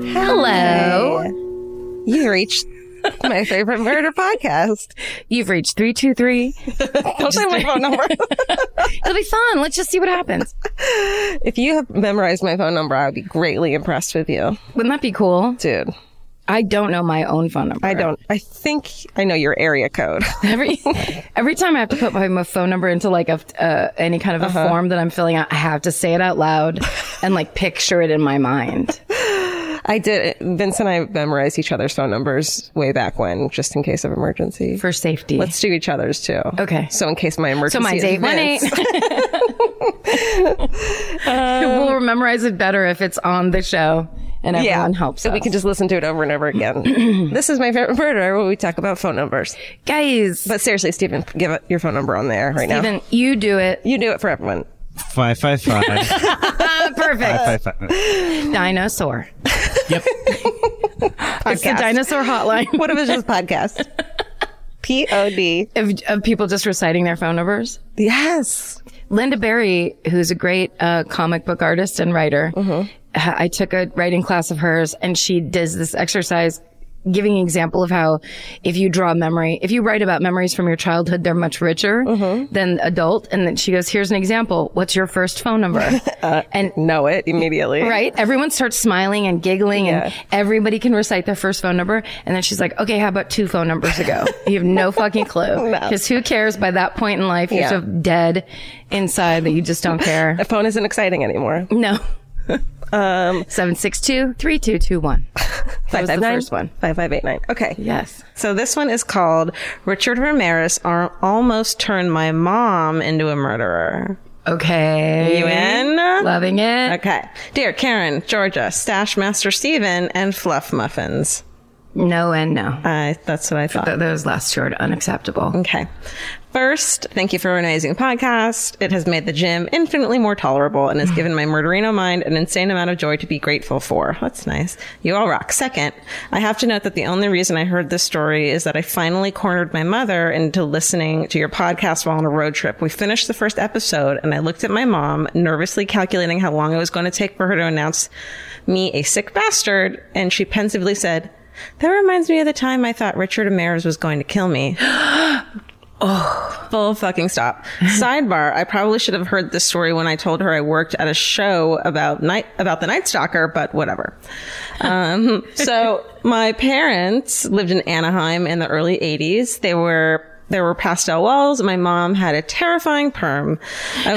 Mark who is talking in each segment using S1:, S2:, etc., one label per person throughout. S1: Hello. You reached my favorite murder podcast.
S2: You've reached 323.
S1: Don't say my phone number.
S2: It'll be fun. Let's just see what happens.
S1: if you have memorized my phone number, I would be greatly impressed with you,
S2: Wouldn't that be cool?
S1: dude.
S2: I don't know my own phone number.
S1: I don't. I think I know your area code.
S2: Every every time I have to put my my phone number into like a uh, any kind of a
S1: Uh-huh.
S2: form that I'm filling out, I have to say it out loud and like picture it in my mind.
S1: I did. Vince and I memorized each other's phone numbers way back when, just in case of emergency.
S2: for safety.
S1: Let's do each other's too.
S2: Okay.
S1: So in case my emergency.
S2: so mine's
S1: is
S2: eight one eight.
S1: Vince. Uh,
S2: We'll memorize it better if it's on the show and everyone helps.
S1: So we
S2: us.
S1: can just listen to it over and over again. this is my favorite murder where we talk about phone numbers.
S2: guys.
S1: But seriously, Stephen, give it your phone number on there right now.
S2: Even you do it.
S1: You do it for everyone.
S3: Five five five.
S2: Perfect.
S3: five five five.
S2: Dinosaur.
S3: Yep.
S2: It's the dinosaur hotline
S1: What if it's just podcast? P O D.
S2: of, of people just reciting their phone numbers.
S1: Yes.
S2: Linda Berry, who's a great uh, comic book artist and writer, uh, I took a writing class of hers, and she does this exercise, giving an example of how if you draw memory, if you write about memories from your childhood, they're much richer than adult. And then she goes, "Here's an example. What's your first phone number?" and
S1: Know it immediately.
S2: Right? Everyone starts smiling and giggling, and everybody can recite their first phone number. And then she's like, okay, how about two phone numbers ago? you have no fucking clue. Because who cares by that point in life? You're
S1: Yeah.
S2: so dead inside that you just don't care.
S1: The phone isn't exciting anymore.
S2: no. um, 762 3221. That was the first one.
S1: 5589. Okay.
S2: Yes.
S1: So this one is called Richard Ramirez Ar- Almost Turned My Mom Into a Murderer.
S2: Okay.
S1: You in?
S2: Loving it.
S1: Okay. Dear Karen, Georgia, Stash Master Steven, and Fluff Muffins.
S2: No and no.
S1: Uh, that's what I thought.
S2: Th- Those last two are unacceptable.
S1: Okay. First, thank you for an amazing podcast. It has made the gym infinitely more tolerable and has given my murderino mind an insane amount of joy to be grateful for. That's nice. You all rock. Second, I have to note that the only reason I heard this story is that I finally cornered my mother into listening to your podcast while on a road trip. We finished the first episode and I looked at my mom, nervously calculating how long it was going to take for her to announce me a sick bastard, and she pensively said, that reminds me of the time I thought Richard Ramirez was going to kill me. Full fucking stop. Sidebar: I probably should have heard this story when I told her I worked at a show about night about the Night Stalker, but whatever. Um, so my parents lived in Anaheim in the early '80s. They were there were pastel walls. My mom had a terrifying perm. I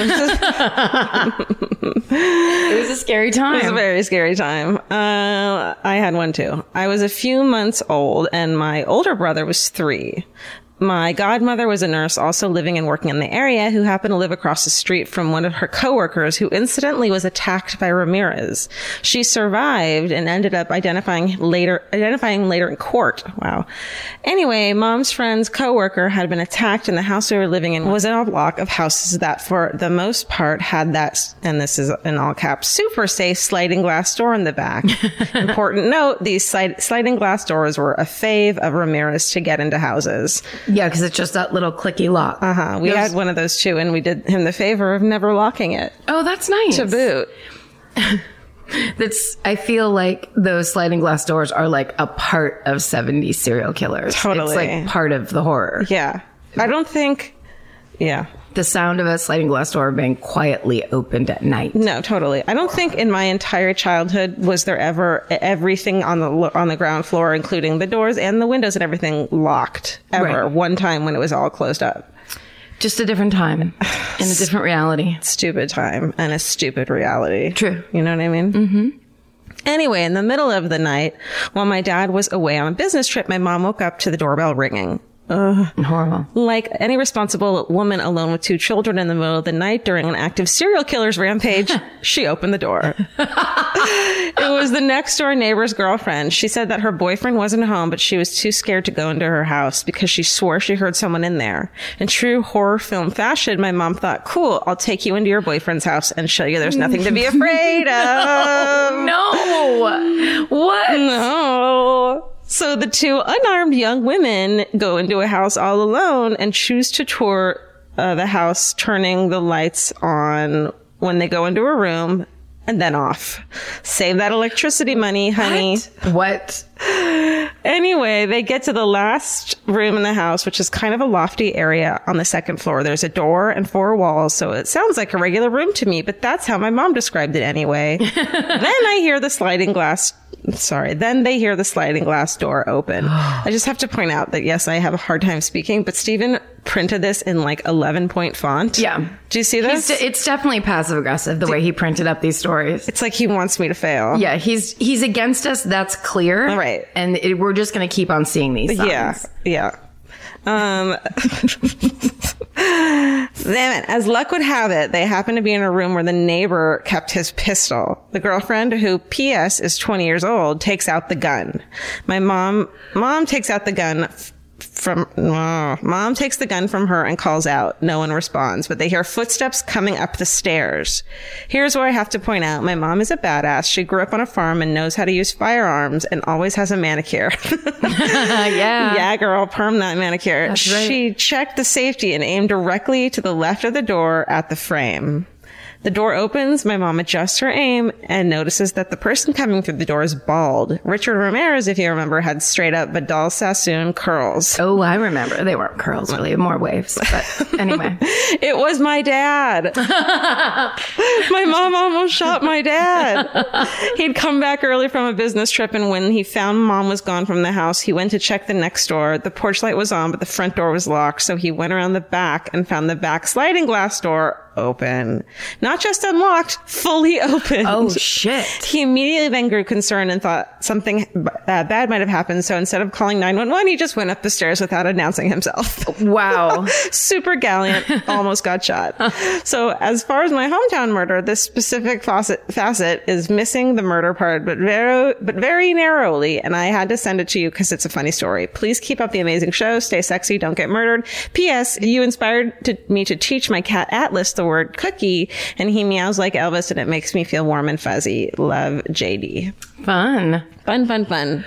S1: was just
S2: It was a scary
S1: It was a
S2: time.
S1: very scary time. Uh, I had one too. I was a few months old, and my older brother was three. My godmother was a nurse also living and working in the area who happened to live across the street from one of her coworkers who incidentally was attacked by Ramirez. She survived and ended up identifying later, identifying later in court. Wow. Anyway, mom's friend's coworker had been attacked and the house we were living in was in a block of houses that for the most part had that, and this is in all caps, super safe sliding glass door in the back. Important note, these slide, sliding glass doors were a fave of Ramirez to get into houses.
S2: Yeah, because it's just that little clicky lock.
S1: Uh, we had one of those too, and we did him the favor of never locking it.
S2: Oh, that's nice.
S1: To boot.
S2: That's. I feel like those sliding glass doors are like a part of 70s serial killers.
S1: Totally.
S2: It's like part of the horror.
S1: Yeah. I don't think, yeah.
S2: The sound of a sliding glass door being quietly opened at night.
S1: No, totally. I don't think in my entire childhood was there ever everything on the lo- on the ground floor, including the doors and the windows and everything, locked ever.
S2: Right.
S1: One time when it was all closed up.
S2: Just a different time in a different reality.
S1: stupid time and a stupid reality.
S2: True.
S1: You know what I mean? Mm-hmm. Anyway, in the middle of the night, while my dad was away on a business trip, my mom woke up to the doorbell ringing.
S2: Horrible.
S1: Like any responsible woman alone with two children in the middle of the night during an active serial killer's rampage, she opened the door. it was the next door neighbor's girlfriend. She said that her boyfriend wasn't home, but she was too scared to go into her house because she swore she heard someone in there. In true horror film fashion, my mom thought, cool, I'll take you into your boyfriend's house and show you there's nothing to be afraid of.
S2: No. What?
S1: No. Oh. So the two unarmed young women go into a house all alone and choose to tour uh, the house, turning the lights on when they go into a room and then off. Save that electricity money, honey.
S2: What?
S1: Anyway, they get to the last room in the house, which is kind of a lofty area on the second floor. There's a door and four walls, so it sounds like a regular room to me, but that's how my mom described it anyway. then I hear the sliding glass. Sorry. Then they hear the sliding glass door open. I just have to point out that yes, I have a hard time speaking, but Stephen printed this in like 11 point font.
S2: Yeah.
S1: Do you see this?
S2: It's, it's definitely passive aggressive the way he printed up these stories.
S1: it's like he wants me to fail.
S2: Yeah, he's he's against us. That's clear.
S1: Right.
S2: And it, we're just going to keep on seeing these. Signs.
S1: Yeah, yeah. Um, then, as luck would have it, they happened to be in a room where the neighbor kept his pistol. The girlfriend, who P.S. is 20 years old, takes out the gun. My mom, mom takes out the gun f- from oh, mom takes the gun from her and calls out no one responds but they hear footsteps coming up the stairs here's where i have to point out my mom is a badass she grew up on a farm and knows how to use firearms and always has a manicure
S2: yeah.
S1: yeah, girl, perm that manicure.
S2: right.
S1: She checked the safety and aimed directly to the left of the door at the frame. The door opens, my mom adjusts her aim and notices that the person coming through the door is bald. Richard Ramirez, if you remember, had straight up Vidal Sassoon curls.
S2: Oh, I remember. They weren't curls, really. More waves. But anyway,
S1: It was my dad. my mom almost shot my dad. He'd come back early from a business trip, and when he found mom was gone from the house, he went to check the next door. The porch light was on, but the front door was locked, so he went around the back and found the back sliding glass door open. Not just unlocked, fully open.
S2: oh shit.
S1: He immediately then grew concerned and thought something uh, bad might have happened. So instead of calling 911, he just went up the stairs without announcing himself
S2: Wow.
S1: super gallant, almost got shot. So as far as my hometown murder, this specific facet, facet is missing the murder part, but very, but very narrowly. And I had to send it to you because it's a funny story. Please keep up the amazing show. Stay sexy. Don't get murdered. P.S. You inspired to, me to teach my cat Atlas the word cookie and he meows like Elvis and it makes me feel warm and fuzzy. Love JD.
S2: Fun.
S1: Fun, fun, fun.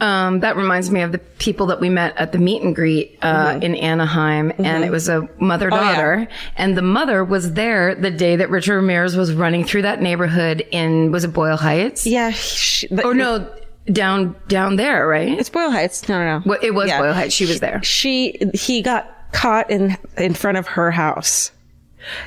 S2: Um, that reminds me of the people that we met at the meet and greet uh, in Anaheim, and it was a mother daughter, and the mother was there the day that Richard Ramirez was running through that neighborhood in was it Boyle Heights?
S1: Yeah. She,
S2: Or Oh, no, down down there, right?
S1: It's Boyle Heights. No, no, no.
S2: Well, it was
S1: Yeah.
S2: Boyle Heights. She was there.
S1: she he got caught in in front of her house.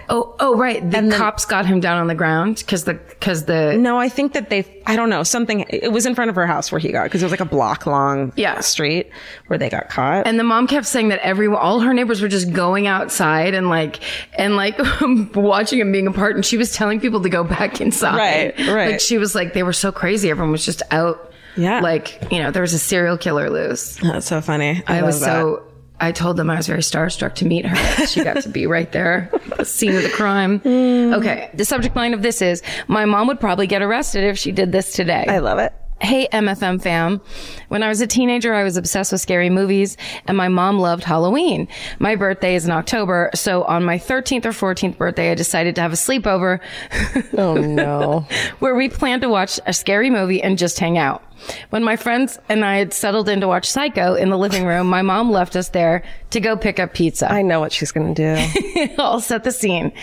S2: Oh, oh, right. The cops got him down on the ground because the because the
S1: No, I think that they I don't know something. It was in front of her house where he got because it was like a block long
S2: Yeah.
S1: street where they got caught.
S2: and the mom kept saying that everyone, all her neighbors were just going outside and like and like watching and being apart, and she was telling people to go back inside.
S1: Right, right.
S2: Like she was like they were so crazy. Everyone was just out.
S1: Yeah.
S2: Like you know, there was a serial killer loose.
S1: That's so funny. I,
S2: I was
S1: love that.
S2: so. I told them I was very starstruck to meet her. She got to be right there, the scene of the crime.
S1: Mm.
S2: Okay. The subject line of this is My mom would probably get arrested if she did this today.
S1: I love it.
S2: Hey, MFM fam. When I was a teenager, I was obsessed with scary movies and my mom loved Halloween. My birthday is in October. So on my 13th or 14th birthday, I decided to have a sleepover. oh no. Where we planned to watch a scary movie and just hang out. When my friends and I had settled in to watch Psycho in the living room, my mom left us there to go pick up pizza.
S4: I know what she's going to do.
S2: I'll set the scene.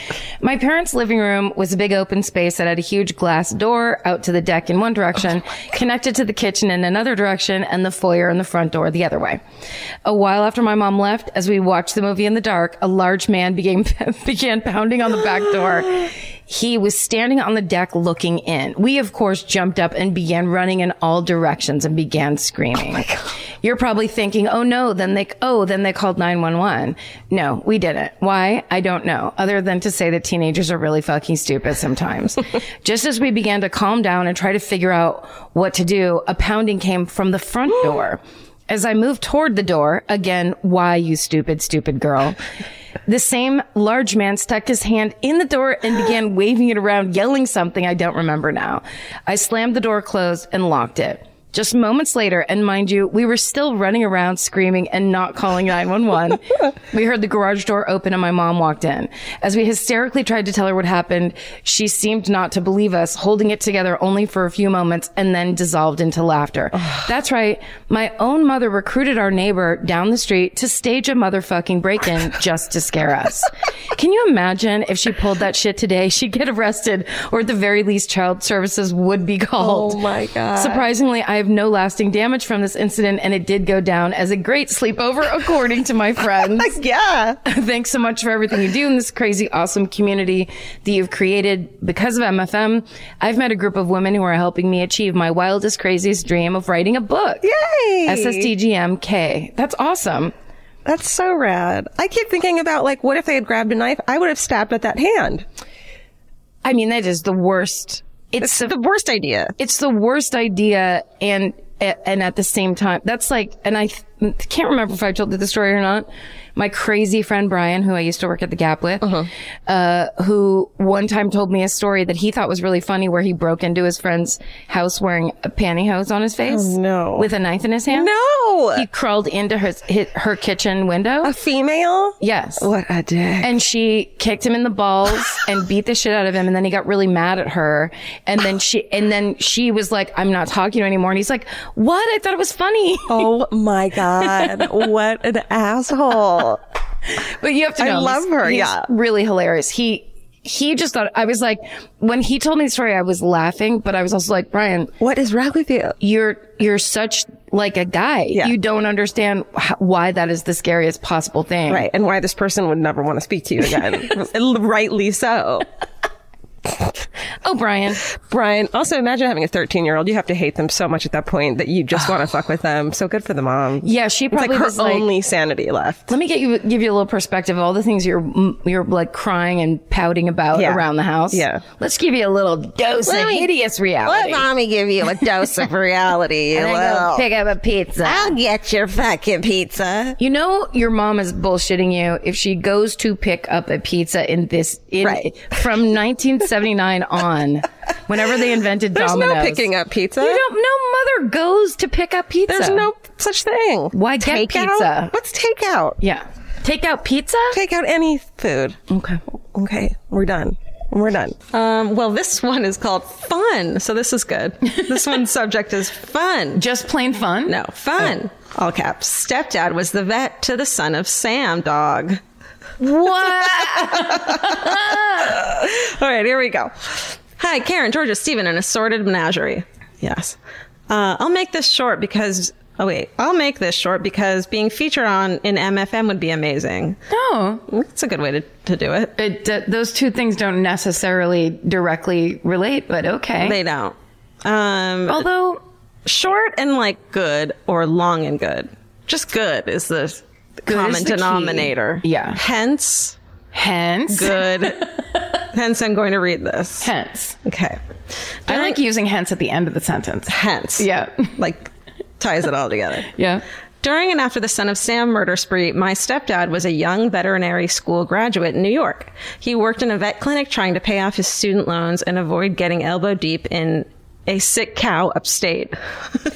S2: My parents' living room was a big open space that had a huge glass door out to the deck in one direction, connected to the kitchen in another direction, and the foyer and the front door the other way. A while after my mom left, as we watched the movie in the dark, a large man began, began pounding on the back door. He was standing on the deck looking in. We, of course, jumped up and began running in all directions and began screaming. You're probably thinking, oh no, then they, oh, then they called 911. No, we didn't. Why? I don't know. Other than to say that teenagers are really fucking stupid sometimes. Just as we began to calm down and try to figure out what to do, a pounding came from the front door. As I moved toward the door, again, why you stupid, stupid girl. The same large man stuck his hand in the door and began waving it around, yelling something I don't remember now. I slammed the door closed and locked it. Just moments later, and mind you, we were still running around screaming and not calling 911. we heard the garage door open and my mom walked in. As we hysterically tried to tell her what happened, she seemed not to believe us, holding it together only for a few moments and then dissolved into laughter. That's right. My own mother recruited our neighbor down the street to stage a motherfucking break in just to scare us. Can you imagine if she pulled that shit today? She'd get arrested or at the very least child services would be called.
S4: Oh my God.
S2: Surprisingly, I have no lasting damage from this incident and it did go down as a great sleepover according to my friends.
S1: Yeah.
S2: Thanks so much for everything you do in this crazy, awesome community that you've created because of MFM. I've met a group of women who are helping me achieve my wildest, craziest dream of writing a book.
S1: Yay.
S2: SSDGMK. That's awesome.
S1: That's so rad. I keep thinking about like, what if they had grabbed a knife? I would have stabbed at that hand.
S2: I mean, that is the worst. It's
S1: It's
S2: the,
S1: the worst idea.
S2: it's the worst idea and and at the same time that's like and i th- can't remember if i told you the story or not my crazy friend brian who i used to work at the gap with
S1: Uh-huh.
S2: uh who one time told me a story that he thought was really funny where he broke into his friend's house wearing a pantyhose on his face
S1: Oh, no.
S2: with a knife in his hand
S1: No.
S2: he crawled into his, his her kitchen window
S1: A female?
S2: yes
S1: What a dick.
S2: and she kicked him in the balls and beat the shit out of him. And then he got really mad at her. And then she, and then she was like, I'm not talking to you anymore. And he's like, what? I thought it was funny.
S4: Oh my God. what an asshole.
S2: But you have to
S1: I
S2: know.
S1: love
S2: he's-
S1: her,
S2: he's
S1: yeah.
S2: Really hilarious. He, he just thought, I was like, when he told me the story, I was laughing, but I was also like, Brian,
S1: What is wrong with you?
S2: you're, you're such like a guy. You don't understand wh- why that is the scariest possible thing.
S1: Right. And why this person would never want to speak to you again. Rightly so.
S2: Oh, Brian.
S1: Brian, also imagine having a 13 year old. You have to hate them so much at that point that you just want to fuck with them. So good for the mom.
S2: Yeah. She
S1: It's
S2: probably
S1: like her
S2: was like,
S1: only sanity left.
S2: Let me get you give you a little perspective of all the things you're mm, you're like crying and pouting about
S1: Yeah.
S2: around the house.
S1: Yeah.
S2: Let's give you a little dose of hideous reality.
S4: mommy give you a dose of reality. you
S2: And then go
S4: little-
S2: pick up a pizza.
S1: Ah.
S4: I'll get your fucking pizza.
S2: you know your mom is bullshitting you if she goes to pick up a pizza in this in,
S4: Right.
S2: from 1979 on, whenever they invented
S1: There's
S2: Domino's.
S1: no picking up pizza.
S2: You don't. No mother goes to pick up pizza.
S1: There's no such thing.
S2: Why get
S1: Takeout?
S2: pizza?
S1: What's takeout?
S2: Yeah. Take out pizza.
S1: Take out any food.
S2: Okay.
S1: Okay, we're done. We're done. Um, well, this one is called fun, so this is good. This one's subject is fun.
S2: Just plain fun.
S1: No, fun. Oh. All caps. Stepdad was the vet to the son of Sam Dog.
S2: What?
S1: All right, here we go. Hi, Karen, Georgia, Stephen, and assorted menagerie. Yes. Uh, I'll make this short because. Oh wait, I'll make this short because being featured on in MFM would be amazing.
S2: no.
S1: It's a good way to, to do it.
S2: it, d- those two things don't necessarily directly relate, but okay.
S1: They don't. Um,
S2: Although,
S1: short and like good or long and good. Just good is the common
S2: is the key.
S1: denominator.
S2: Yeah.
S1: Hence,
S2: hence,
S1: good. Hence, I'm going to read this.
S2: hence.
S1: Okay.
S2: I like using hence at the end of the sentence.
S1: Hence.
S2: Yeah.
S1: Like ties it all together.
S2: Yeah.
S1: During and after the Son of Sam murder spree, my stepdad was a young veterinary school graduate in New York. He worked in a vet clinic trying to pay off his student loans and avoid getting elbow deep in a sick cow upstate.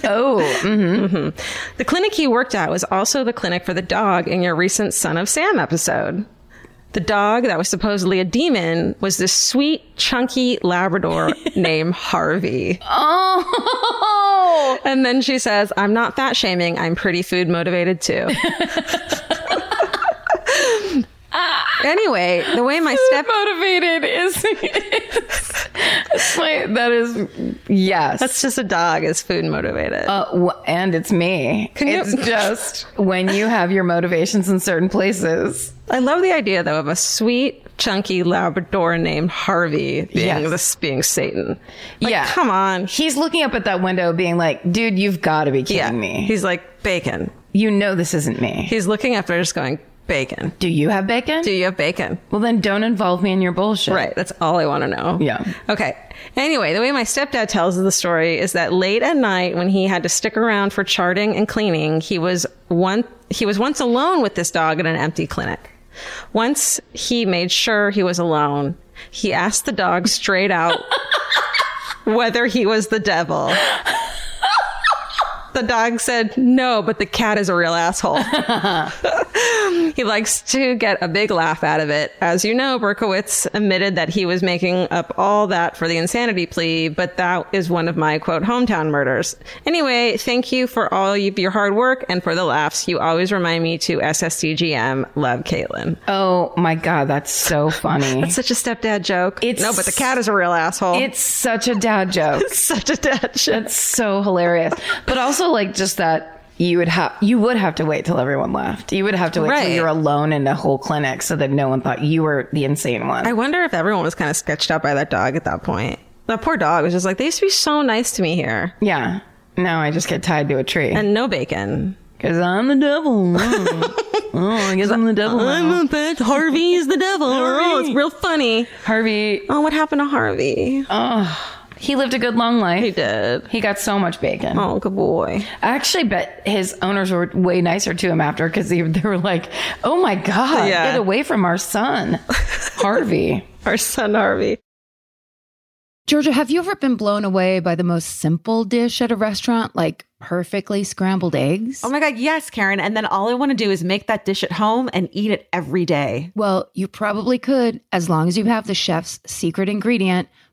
S1: Mm-hmm.
S2: Oh, mm,
S1: The clinic he worked at was also the clinic for the dog in your recent Son of Sam episode. The dog that was supposedly a demon was this sweet, chunky Labrador named Harvey. Oh! And then she says, I'm not fat shaming, I'm pretty food motivated too. anyway, the way my step.
S2: motivated is. it's like, that is Yes.
S1: That's just a dog is food motivated.
S2: Uh, w- and it's me.
S1: you-
S2: it's just when you have your motivations in certain places.
S1: I love the idea though of a sweet, chunky Labrador named Harvey being
S2: Yes.
S1: this being Satan. Like,
S2: yeah.
S1: come on.
S2: He's looking up at that window being like, dude, you've got to be kidding
S1: Yeah,
S2: me.
S1: he's like bacon.
S2: you know this isn't me.
S1: He's looking up there, just going bacon.
S2: Do you have bacon?
S1: Do you have bacon?
S2: well, then don't involve me in your bullshit.
S1: Right. That's all I want to know.
S2: Yeah.
S1: Okay. Anyway, the way my stepdad tells the story is that late at night, when he had to stick around for charting and cleaning, he was one he was once alone with this dog at an empty clinic. Once he made sure he was alone, he asked the dog straight out whether he was the devil. The dog said no, but the cat is a real asshole. He likes to get a big laugh out of it. As you know, Berkowitz admitted that he was making up all that for the insanity plea, but that is one of my quote hometown murders. Anyway, thank you for all of your hard work and for the laughs. You always remind me to SSCGM. Love, Caitlin.
S2: Oh my God, that's so funny.
S1: That's such a stepdad joke.
S2: It's-
S1: no, but the cat is a real asshole.
S2: it's such a dad joke.
S1: such a dad joke.
S2: That's so hilarious. But also like just that you would have you would have to wait till everyone left. You would have to wait
S1: Right.
S2: till you're alone in the whole clinic so that no one thought you were the insane one.
S1: I wonder if everyone was kind of sketched out by that dog at that point. That poor dog was just like, they used to be so nice to me here.
S2: yeah. Now I just get tied to a tree
S1: And no bacon.
S2: because I'm the devil. Oh, Oh, I guess I'm the devil. now.
S1: I'm a bet Harvey's the devil. Oh, it's real funny.
S2: Harvey.
S1: Oh, what happened to Harvey?
S2: He lived a good long life.
S1: He did.
S2: He got so much bacon.
S1: Oh, good boy.
S2: I actually bet his owners were way nicer to him after because they, they were like, "Oh my god,
S1: Yeah.
S2: get away from our son, Harvey."
S1: Our son Harvey.
S5: Georgia, have you ever been blown away by the most simple dish at a restaurant, like perfectly scrambled eggs?
S6: Oh my God, yes, Karen. And then all I want to do is make that dish at home and eat it every day.
S5: Well, you probably could as long as you have the chef's secret ingredient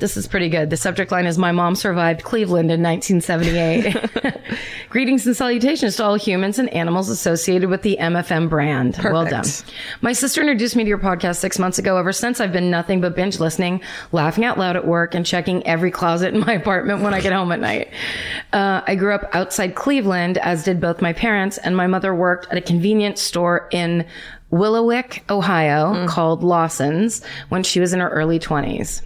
S2: This is pretty good. The subject line is My Mom Survived Cleveland in 1978. Greetings and salutations to all humans and animals associated with the MFM brand. Well done. My sister introduced me to your podcast six months ago. Ever since, I've been nothing but binge listening, laughing out loud at work, and checking every closet in my apartment when I get home at night. Uh, I grew up outside Cleveland, as did both my parents, and my mother worked at a convenience store in Willowick, Ohio, called Lawson's when she was in her early 20s.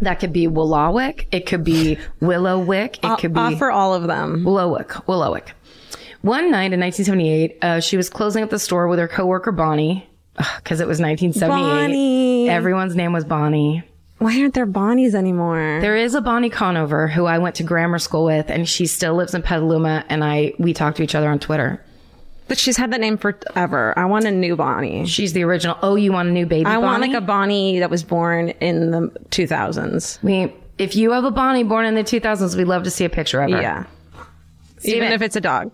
S2: That could be Willawick. It could be Willowwick. It could be
S4: Offer all of them.
S2: Willowick. Willowick. One night in 1978, uh, she was closing up the store with her coworker Bonnie, because it was 1978.
S4: Bonnie.
S2: Everyone's name was Bonnie.
S4: Why aren't there Bonnies anymore?
S2: There is a Bonnie Conover who I went to grammar school with, and she still lives in Petaluma. And I we talk to each other on Twitter.
S4: but she's had that name forever. I want a new Bonnie.
S2: She's the original. Oh, you want a new baby?
S4: I want
S2: Bonnie?
S4: like a Bonnie that was born in the 2000s.
S2: We, if you have a Bonnie born in the 2000s, we'd love to see a picture of her.
S4: Yeah. Even if it's a dog.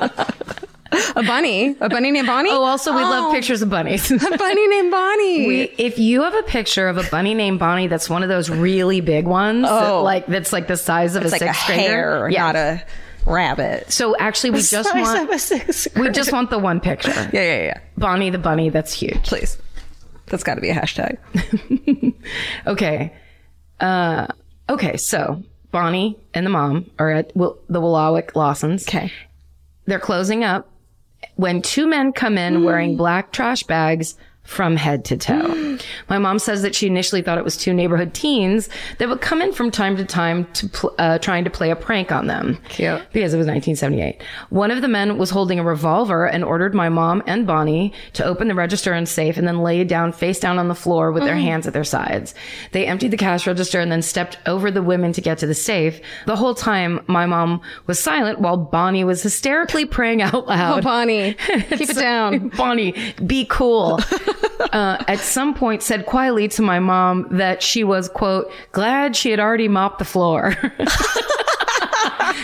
S4: a bunny. A bunny named Bonnie?
S2: Oh, also we love
S4: Oh,
S2: pictures of bunnies.
S4: A bunny named Bonnie.
S2: We- if you have a picture of a bunny named Bonnie, that's one of those really big ones, that,
S4: Oh.
S2: like that's like the size of
S4: it's
S2: a
S4: like a
S2: sixth grader.
S4: hare,
S2: Yeah.
S4: not a rabbit.
S2: so actually, we just
S4: Size
S2: want
S4: of a sixth
S2: we
S4: grader.
S2: just want the one picture.
S4: Yeah, yeah, yeah.
S2: Bonnie the bunny. That's huge.
S4: Please. That's got to be a hashtag.
S2: Okay. Uh, okay. So Bonnie and the mom are at Will- the Willowick Lawson's.
S4: Okay.
S2: They're closing up when two men come in wearing black trash bags from head to toe. My mom says that she initially thought it was two neighborhood teens that would come in from time to time to pl- uh, trying to play a prank on them. Cute. Because it was 1978. One of the men was holding a revolver and ordered my mom and Bonnie to open the register and safe and then lay down face down on the floor with their
S4: Mm-hmm.
S2: hands at their sides. They emptied the cash register and then stepped over the women to get to the safe. The whole time, my mom was silent while Bonnie was hysterically praying out loud.
S4: Oh, Bonnie. Keep it down.
S2: Bonnie, be cool. uh, at some point, said quietly to my mom that she was, quote, glad she had already mopped the floor.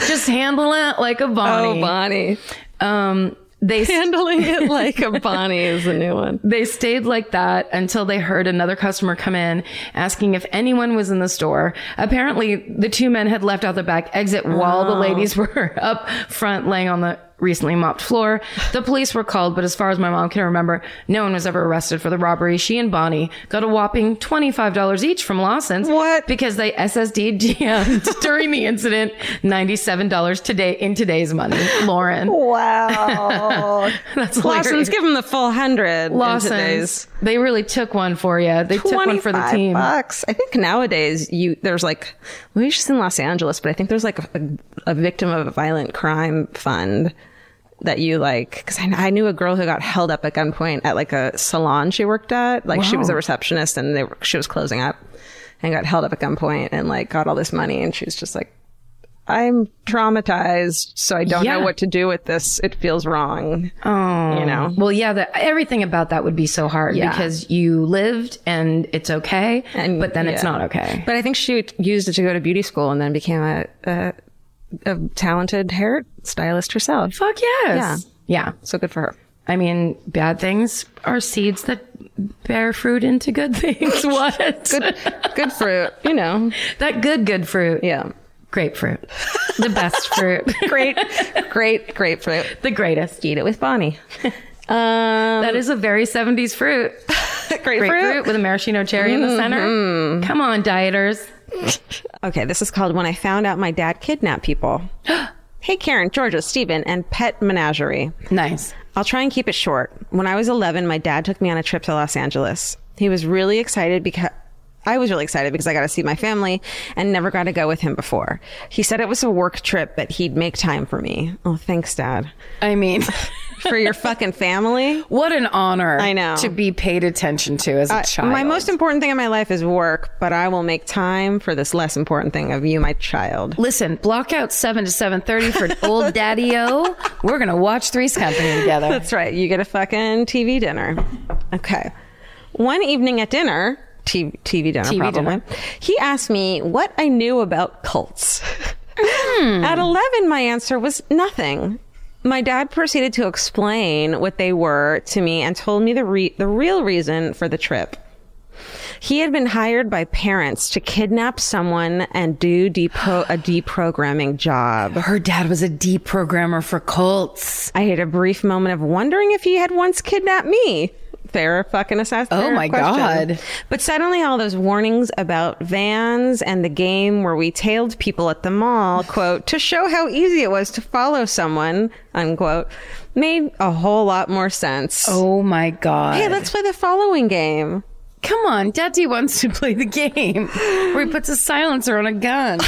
S2: Just handle it like a Bonnie.
S4: Oh, Bonnie.
S2: um, they
S4: Handling it like a Bonnie is the new one.
S2: they stayed like that until they heard another customer come in asking if anyone was in the store. Apparently, the two men had left out the back exit while
S4: Oh.
S2: the ladies were up front laying on the recently mopped floor. The police were called, but as far as my mom can remember, no one was ever arrested for the robbery. She and Bonnie got a whopping $25 each from Lawson's.
S4: What?
S2: Because they SSD GM'd during the incident $97 today in today's money. Lauren.
S4: Wow.
S2: That's hilarious.
S4: Lawson's, give him the full hundred.
S2: Lawson's.
S4: in today's.
S2: They really took one for you. They took one for the
S4: 25
S2: team.
S4: Bucks. I think nowadays you there's like we are just in Los Angeles, but I think there's like a, a victim of a violent crime fund that you like because I, kn- I knew a girl who got held up at gunpoint at like a salon she worked at. Like she was a receptionist and they were, she was closing up and got held up at gunpoint and like got all this money and she was just like. I'm traumatized, so I don't
S2: Yeah.
S4: know what to do with this. It feels wrong. Oh, you know.
S2: Well, yeah, the, everything about that would be so hard because you lived and it's okay,
S4: And-
S2: but then it's
S4: yeah.
S2: not okay.
S4: But I think she used it to go to beauty school and then became a uh, a, a talented hair stylist herself.
S2: Fuck yes. Yeah.
S4: So good for her.
S2: I mean, bad things are seeds that bear fruit into good things. what?
S4: Good fruit, you know.
S2: That good, good fruit.
S4: Yeah.
S2: Grapefruit. The best fruit.
S1: Great, great grapefruit.
S2: the greatest.
S1: Eat it with Bonnie. Um,
S2: That is a very 70s fruit. Mm-hmm.
S1: grapefruit.
S2: Grapefruit with a maraschino cherry in the center. Come on, dieters.
S1: Okay, this is called When I Found Out My Dad Kidnapped People. hey, Karen, Georgia, Steven, and Pet Menagerie.
S2: Nice.
S1: I'll try and keep it short. When I was 11, my dad took me on a trip to Los Angeles. He was really excited because I was really excited because I got to see my family and never got to go with him before. He said it was a work trip, but he'd make time for me. Oh, thanks, Dad.
S2: I mean,
S1: For your fucking family?
S2: what an honor.
S1: I know.
S2: To be paid attention to as a child.
S1: My most important thing in my life is work, but I will make time for this less important thing of you, my child.
S2: Listen, block out 7 to 7.30 for old daddy-o. We're going to watch Three's Company together.
S1: That's right. You get a fucking TV dinner. Okay. One evening at dinner, t- TV dinner
S2: TV
S1: probably,
S2: dinner.
S1: he asked me what I knew about cults. At 11, my answer was nothing. My dad proceeded to explain what they were to me and told me the, re- the real reason for the trip. He had been hired by parents to kidnap someone and do depo- a deprogramming job.
S2: Her dad was a deprogrammer for cults.
S1: I had a brief moment of wondering if he had once kidnapped me. Fair fucking assassin.
S2: Oh my God.
S1: But suddenly, all those warnings about vans and the game where we tailed people at the mall, quote, to show how easy it was to follow someone, unquote, made a whole lot more sense.
S2: Oh my God.
S1: Hey, let's play the following game.
S2: Come on, Daddy wants to play the game where he puts a silencer on a gun.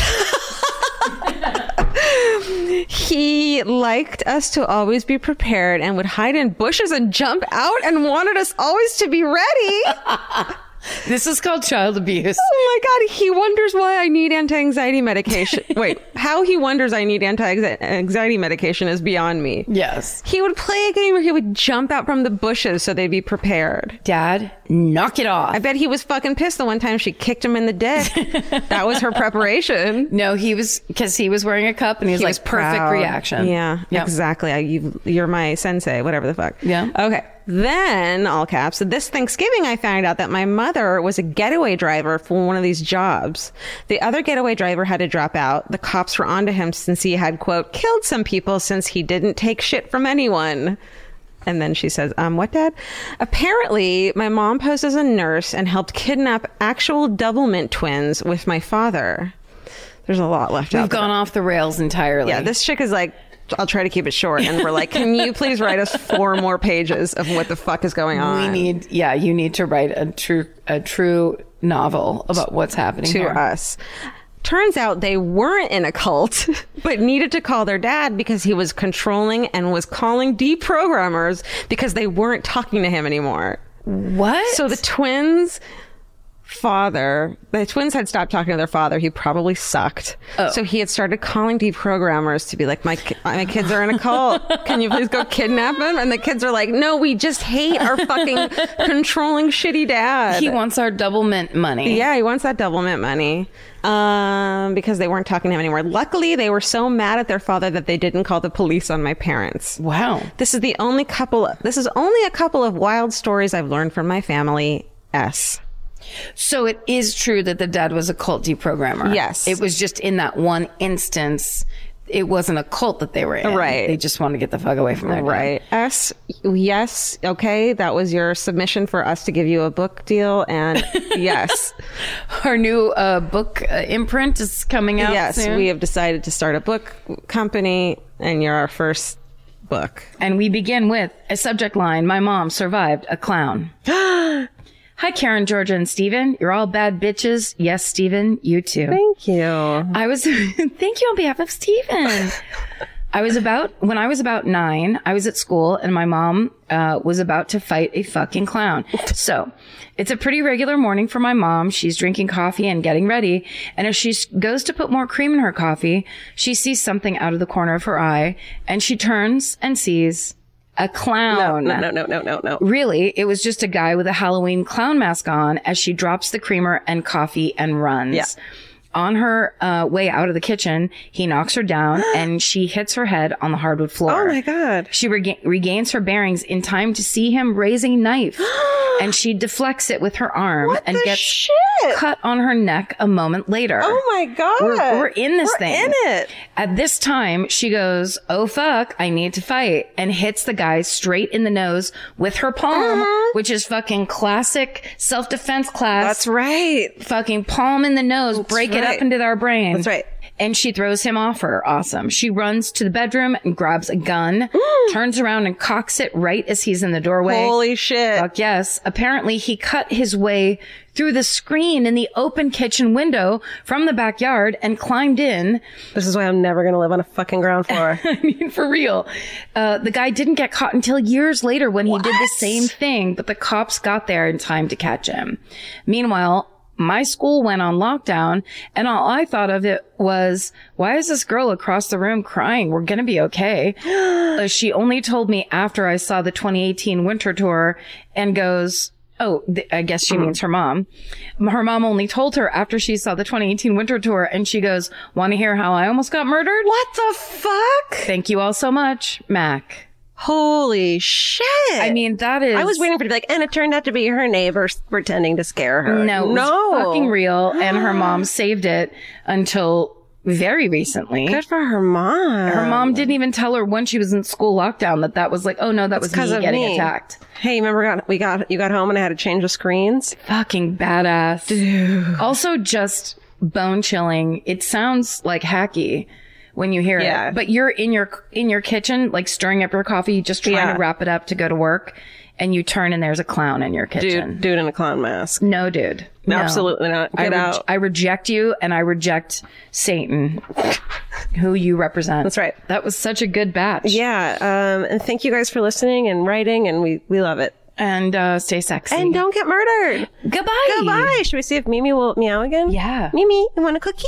S1: He liked us to always be prepared and would hide in bushes and jump out and wanted us always to be ready.
S2: This is called child abuse.
S1: Oh my god, he wonders why I need anti-anxiety medication. Wait, how he wonders I need anti-anxiety medication is beyond me.
S2: Yes.
S1: He would play a game where he would jump out from the bushes so they'd be prepared.
S2: Dad, knock it off.
S1: I bet he was fucking pissed the one time she kicked him in the dick. that was her preparation.
S2: no, he was because he was wearing a cup and he was
S1: He
S2: like
S1: was
S2: perfect
S1: proud.
S2: reaction.
S1: Yeah,
S2: Yep.
S1: exactly. I, you, you're my sensei, whatever the fuck.
S2: Yeah.
S1: Okay. Then, all caps, this Thanksgiving, I found out that my mother was a getaway driver for one of these jobs. The other getaway driver had to drop out. The cops were onto him since he had, quote, killed some people since he didn't take shit from anyone. And then she says, um, what, Dad? Apparently, my mom posed as a nurse and helped kidnap actual doublemint twins with my father. There's a lot left out.
S2: We've gone off the rails entirely.
S1: Yeah, this chick is like, I'll try to keep it short. And we're like, can you please write us four more pages of what the fuck is going on?
S2: we need. Yeah, you need to write a true a true novel about what's happening
S1: to
S2: here.
S1: us. Turns out they weren't in a cult, but needed to call their dad because he was controlling and was calling deprogrammers because they weren't talking to him anymore.
S2: What?
S1: So the twins father the twins had stopped talking to their father he probably sucked so he had started calling deprogrammers to be like my ki- my kids are in a cult can you please go kidnap them and the kids are like no we just hate our fucking controlling shitty dad
S2: he wants our double mint money.
S1: yeah, he wants that double mint money um, because they weren't talking to him anymore. Luckily, they were so mad at their father that they didn't call the police on my parents.
S2: Wow.
S1: This is the only couple. This is only a couple of wild stories I've learned from my family. S.
S2: So it is true that the dad was a cult deprogrammer.
S1: Yes.
S2: It was just in that one instance, it wasn't a cult that they were in.
S1: Right.
S2: They just wanted to get the fuck away from their dad.
S1: Right. S. Yes. Okay. That was your submission for us to give you a book deal. And yes.
S2: Our new uh, book uh, imprint is coming out
S1: yes.
S2: soon.
S1: We have decided to start a book company, and you're our first book.
S2: And we begin with a subject line My mom survived a clown. Hi, Karen, Georgia, and Steven. You're all bad bitches. Yes, Steven, you too.
S1: Thank you.
S2: I was thank you on behalf of Steven. I was about when I was about nine. I was at school and my mom uh, was about to fight a fucking clown. So it's a pretty regular morning for my mom. She's drinking coffee and getting ready. And as she s- goes to put more cream in her coffee, she sees something out of the corner of her eye, and she turns and sees a clown.
S1: No, no, no, no, no, no.
S2: Really, it was just a guy with a Halloween clown mask on as she drops the creamer and coffee and runs.
S1: Yeah.
S2: On her uh, way out of the kitchen, he knocks her down and she hits her head on the hardwood floor.
S1: Oh my God.
S2: She rega- regains her bearings in time to see him raising knife and she deflects it with her arm and
S1: the
S2: gets
S1: shit? it.
S2: cut on her neck a moment later.
S1: Oh my god.
S2: We're, we're in this
S1: We're
S2: thing.
S1: in it.
S2: At this time, she goes, Oh fuck, I need to fight and hits the guy straight in the nose with her palm, which is fucking classic self-defense class.
S1: Uh-huh. That's right.
S2: Fucking palm in the nose, break it up
S1: right.
S2: into our brain.
S1: That's right.
S2: And she throws him off her. Awesome. She runs to the bedroom and grabs a gun, turns around and cocks it right as he's in the doorway.
S1: Holy shit.
S2: Fuck yes. Apparently he cut his way through the screen in the open kitchen window from the backyard and climbed in.
S4: This is why I'm never going to live on a fucking ground floor.
S2: I mean, for real. Uh, the guy didn't get caught until years later when he did the same thing, but the cops got there in time to catch him. Meanwhile, my school went on lockdown and all I thought of it was, why is this girl across the room crying? We're going to be okay. Uh, she only told me after I saw the 2018 winter tour and goes, Oh, th- I guess
S4: Mm-hmm.
S2: she means her mom. M- Her mom only told her after she saw the 2018 winter tour and she goes, want to hear how I almost got murdered?
S1: What the fuck?
S2: Thank you all so much, Mac.
S1: Holy shit.
S2: I mean, that is.
S4: I was waiting for it to be like, and it turned out to be her neighbor s- pretending to scare her.
S2: No, it
S1: No.
S2: was fucking real, and her mom saved it until very recently.
S1: Good for her mom.
S2: Her mom didn't even tell her when she was in school lockdown that that was like, oh no, that was
S1: 'cause
S2: me
S1: of
S2: getting
S1: me.
S2: attacked.
S1: Hey, remember we got, we got you got home and I had to change the screens?
S2: Fucking badass. Dude. Also, just bone chilling. It sounds like hacky when you hear
S1: Yeah.
S2: it, but you're in your in your kitchen, like stirring up your coffee, just trying
S1: Yeah.
S2: to wrap it up to go to work, and you turn and there's a clown in your
S1: Dude,
S2: kitchen.
S1: dude in a clown mask.
S2: No, dude. No.
S1: Absolutely not.
S2: I,
S1: Get
S2: re-
S1: out.
S2: I reject you and I reject Satan, who you represent.
S1: That's right.
S2: That was such a good batch.
S1: yeah. Um, and thank you guys for listening and writing and we, we love it.
S2: And uh, stay sexy.
S1: And don't get murdered.
S2: goodbye.
S1: Goodbye. Should we see if Mimi will meow again?
S2: Yeah.
S1: Mimi, you want a cookie?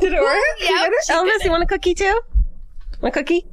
S1: did it work? Yeah. Elvis, you want a cookie too? Want a cookie?